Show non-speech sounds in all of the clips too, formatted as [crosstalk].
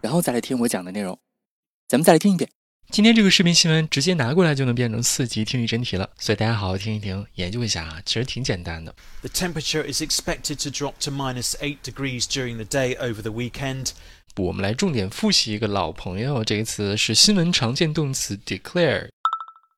然后再来听我讲的内容。咱们再来听一遍。今天这个视频新闻直接拿过来就能变成四级听力真题了，所以大家好好听一听，研究一下啊，其实挺简单的。 The temperature is expected to drop to minus 8 degrees during the day over the weekend. 我们来重点复习一个老朋友，这个词是新闻常见动词 declare。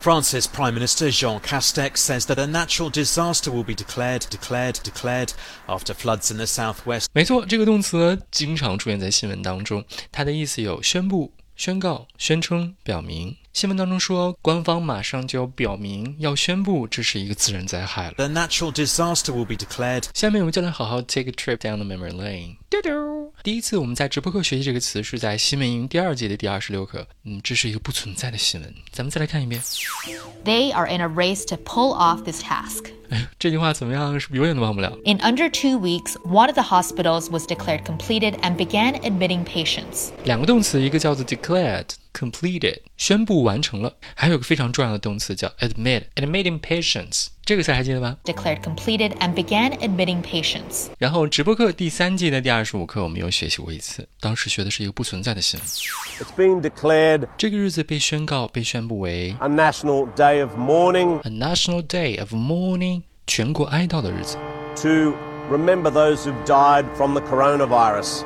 France's Prime Minister Jean Castex says that a natural disaster will be declared, declared, declared after floods in the southwest 没错，这个动词经常出现在新闻当中，它的意思有宣布、宣告、宣称、表明。新闻当中说，官方马上就要表明要宣布这是一个自然灾害了。 The natural disaster will be declared. 下面我们就来好好 take a trip down the memory lane。丢丢！第一次我们在直播课学习这个词是在新闻营第二季的第二十六课。嗯，这是一个不存在的新闻。咱们再来看一遍， They are in a race to pull off this task. 哎这句话怎么样？是不是永远都忘不了？ In under two weeks, one of the hospitals was declared completed and began admitting patients. 两个动词，一个叫做 declared completed，宣布完成了，还有个非常重要的动词叫 admit admitting patients，这个词还记得吧？ Declared completed and began admitting patients. 然后直播课第三季的第二十五课我们又学习过一次，当时学的是一个不存在的新闻， It's been declared 这个日子被宣告被宣布为 a national day of mourning a national day of mourning，全国哀悼的日子。 to remember those who've died from the coronavirus.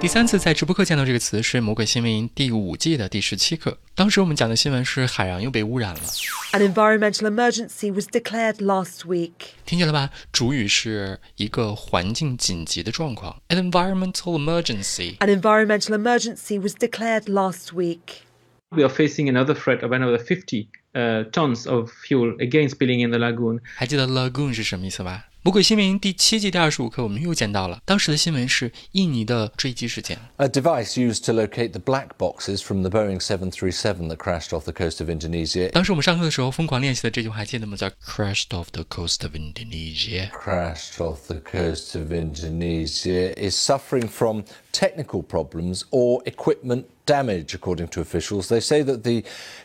第三次在直播课见到这个词是《魔鬼新闻》第五季的第十七课，当时我们讲的新闻是海洋又被污染了， An environmental emergency was declared last week. 听见了吧？主语是一个环境紧急的状况，an environmental emergency。 An environmental emergency was declared last week. we are facing another threat of another 50 uh, tons of fuel again spilling in the lagoon. 还记得 lagoon 是什么意思吧？魔鬼新闻第七季第二十五课我们又见到了，当时的新闻是印尼的坠机事件。 A device used to locate the black boxes from the Boeing 737 that crashed off the coast of Indonesia 当时我们上课的时候疯狂练习的这句话还记得吗？叫 crashed off the coast of Indonesia。 crashed off the coast of Indonesia is suffering from technical problems or equipment damage, according to officials. They say that the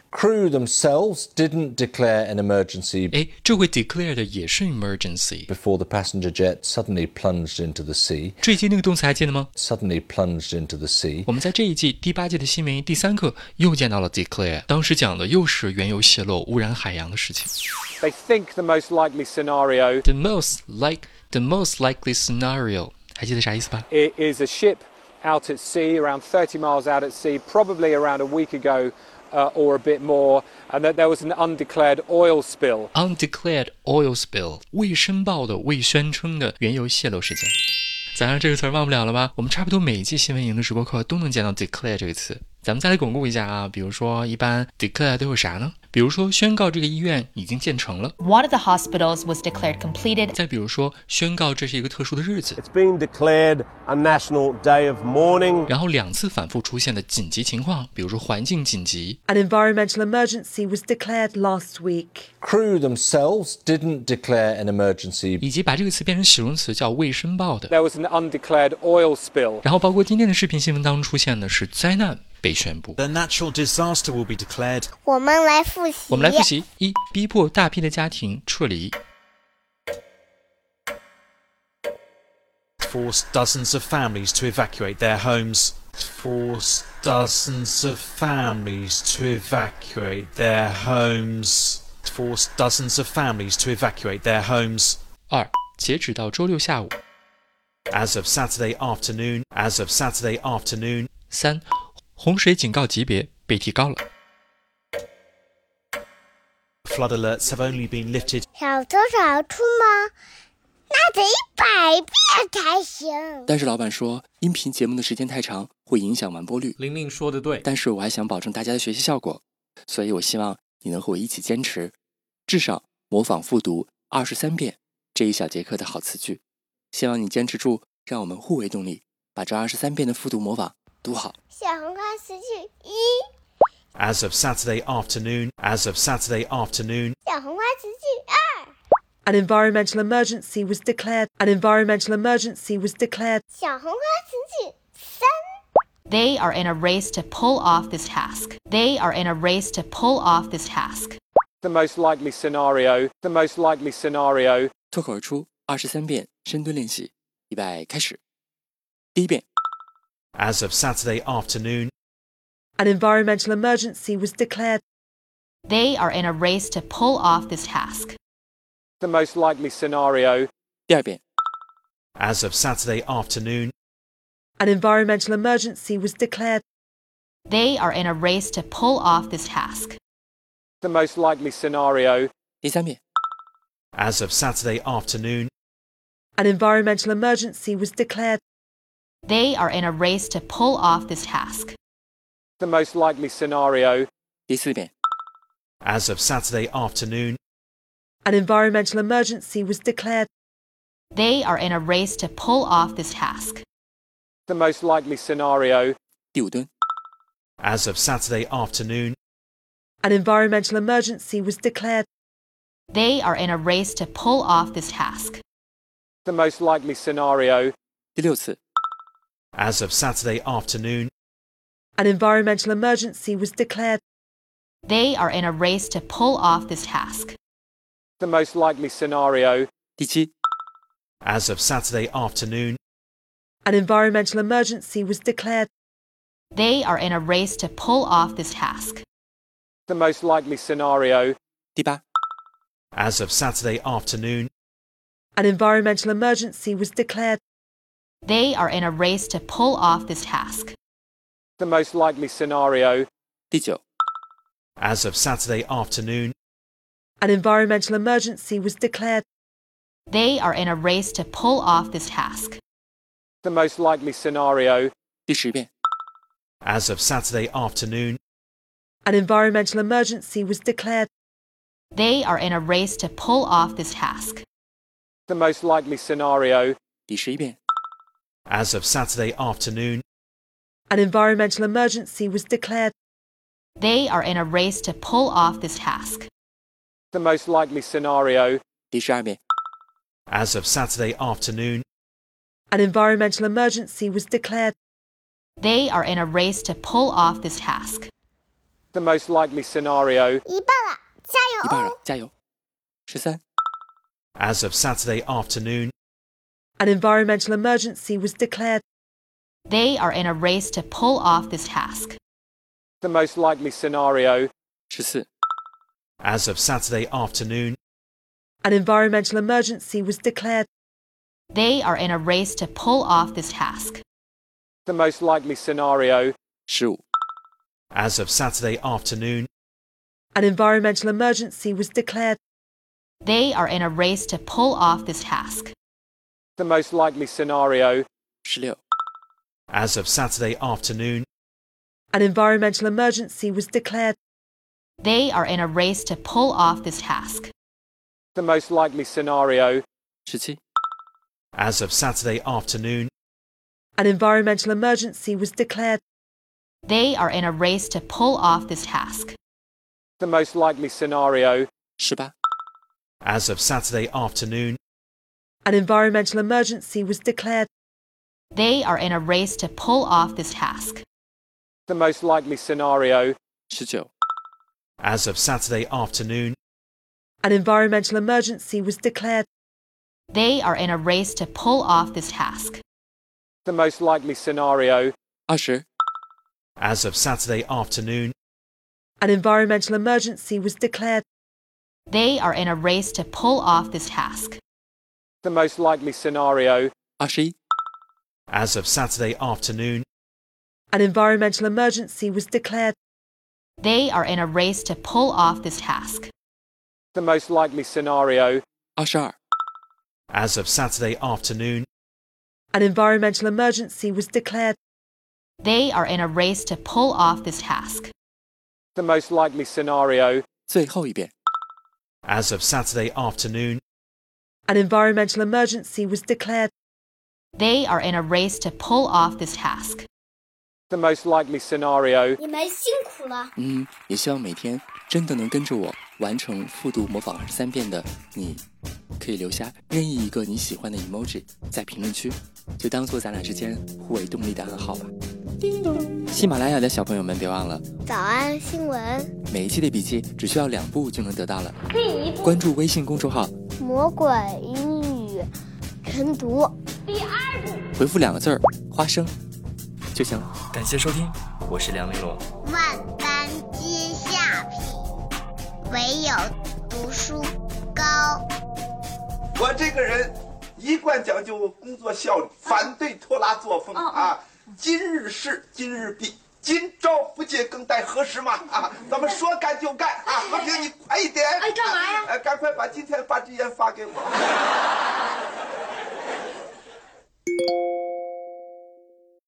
crew themselves didn't declare an emergency 哎，这回 declare 的也是 emergency。 before the passenger jet suddenly plunged into the sea. 坠机那个动词还记得吗？ Suddenly plunged into the sea. 我们在这一季第八季的新闻第三课又见到了 declare，当时讲的又是原油泄漏污染海洋的事情。 They think the most likely scenario The most like the most likely scenario，还记得啥意思吧？ i- is a ship out at sea, around 30 miles out at sea, probably around a week ago uh, or a bit more, and that there was an undeclared oil spill. undeclared oil spill，未申报的、未宣称的原油泄漏事件。咱让这个词儿忘不了了吧？我们差不多每一季新闻营的直播课都能见到 declare 这个词。咱们再来巩固一下啊，比如说一般 declare 都有啥呢？比如说宣告这个医院已经建成了， One of the hospitals was declared completed. 再比如说宣告这是一个特殊的日子， It's been declared a national day of mourning 然后两次反复出现的紧急情况，比如说环境紧急， An environmental emergency was declared last week. Crew themselves didn't declare an emergency 以及把这个词变成形容词叫未申报的。 There was an undeclared oil spill. 然后包括今天的视频新闻当中出现的是灾难被宣布。 The natural disaster will be declared. 我们来复习，我们来复习：一、逼迫大批的家庭撤离； Forced dozens of families to evacuate their homes. Forced dozens of families to evacuate their homes. Forced dozens of families to evacuate their homes. 二、截止到周六下午； As of Saturday afternoon, as of Saturday afternoon, 三、洪水警告级别被提高了； flood alerts have only been lifted 小偷小兔吗？那得一百遍才行。但是老板说音频节目的时间太长，会影响完播率。玲玲说的对，但是我还想保证大家的学习效果，所以我希望你能和我一起坚持，至少模仿复读二十三遍这一小节课的好词句。希望你坚持住，让我们互为动力，把这二十三遍的复读模仿读好。小红花词句一， As of Saturday afternoon, as of Saturday afternoon, 小红花词句二， An environmental emergency was declared. An environmental emergency was declared. 小红花词句三， They are in a race to pull off this task. They are in a race to pull off this task. The most likely scenario, the most likely scenario. 脱口而出二十三遍深蹲练习，预备开始。第一遍， as of Saturday afternoon, An environmental emergency was declared. They are in a race to pull off this task. The most likely scenario. 第二遍， as of Saturday afternoon, An environmental emergency was declared. They are in a race to pull off this task. The most likely scenario. 第三遍， as of Saturday afternoon, An environmental emergency was declared. They are in a race to pull off this task. The most likely scenario. 第四遍， as of Saturday afternoon, An environmental emergency was declared. They are in a race to pull off this task. The most likely scenario. 第五蹲， as of Saturday afternoon, An environmental emergency was declared. They are in a race to pull off this task. The most likely scenario. 第六次， as of Saturday afternoon, An environmental emergency was declared. They are in a race to pull off this task. The most likely scenario. 第七， as of Saturday afternoon, An environmental emergency was declared. They are in a race to pull off this task. The most likely scenario. 第八， as of Saturday afternoon, An environmental emergency was declared. They are in a race to pull off this task. The most likely scenario. 第九， as of Saturday afternoon, An environmental emergency was declared. They are in a race to pull off this task. The most likely scenario. 第十遍， as of Saturday afternoon, An environmental emergency was declared. They are in a race to pull off this task. The most likely scenario. 第十一遍， as of Saturday afternoon, An environmental emergency was declared. They are in a race to pull off this task. The most likely scenario. 第十二遍， as of Saturday afternoon, An environmental emergency was declared. They are in a race to pull off this task. The most likely scenario. 一半了，加一油半哦！了，加油！十三、 as of Saturday afternoon, An environmental emergency was declared. They are in a race to pull off this task. The most likely scenario. 十四、 as of Saturday afternoon, An environmental emergency was declared. They are in a race to pull off this task. The most likely scenario. 十五、 as of Saturday afternoon, An environmental emergency was declared. They are in a race to pull off this task. The most likely scenario. 十六、 as of Saturday afternoon, An environmental emergency was declared. They are in a race to pull off this task. The most likely scenario. 十七、 as of Saturday afternoon, An environmental emergency was declared. They are in a race to pull off this task. The most likely scenario. 十八、 as of Saturday afternoon, An environmental emergency was declared. They are in a race to pull off this task. The most likely scenario. 十九、 as of Saturday afternoon, An environmental emergency was declared. They are in a race to pull off this task. The most likely scenario. 二十、 as of Saturday afternoon, An environmental emergency was declared. They are in a race to pull off this task. The most likely scenario. 二十一、 as of Saturday afternoon, An environmental emergency was declared. They are in a race to pull off this task. The most likely scenario. 二十二、 as of Saturday afternoon, An environmental emergency was declared. They are in a race to pull off this task. The most likely scenario. 最后一遍。 as of Saturday afternoon, An environmental emergency was declared. They are in a race to pull off this task. the most likely scenario. 你们辛苦了。嗯，也希望每天真的能跟着我完成复读模仿二十三遍的你，可以留下任意一个你喜欢的 emoji 在评论区，就当做咱俩之间互为动力的暗号吧。叮咚，喜马拉雅的小朋友们，别忘了早安新闻，每一期的笔记只需要两步就能得到了。第一步，关注微信公众号，魔鬼英语晨读，第二步，回复两个字儿“花生”就行了。感谢收听，我是梁玲珑。万般皆下品，唯有读书高。我这个人一贯讲究工作效率，反对拖拉作风哦啊。今日事今日毕，今朝不见更待何时嘛 [laughs] 啊！咱们说干就干啊！和平，你快一点！哎干嘛呀哎，赶快把今天发支烟发给我。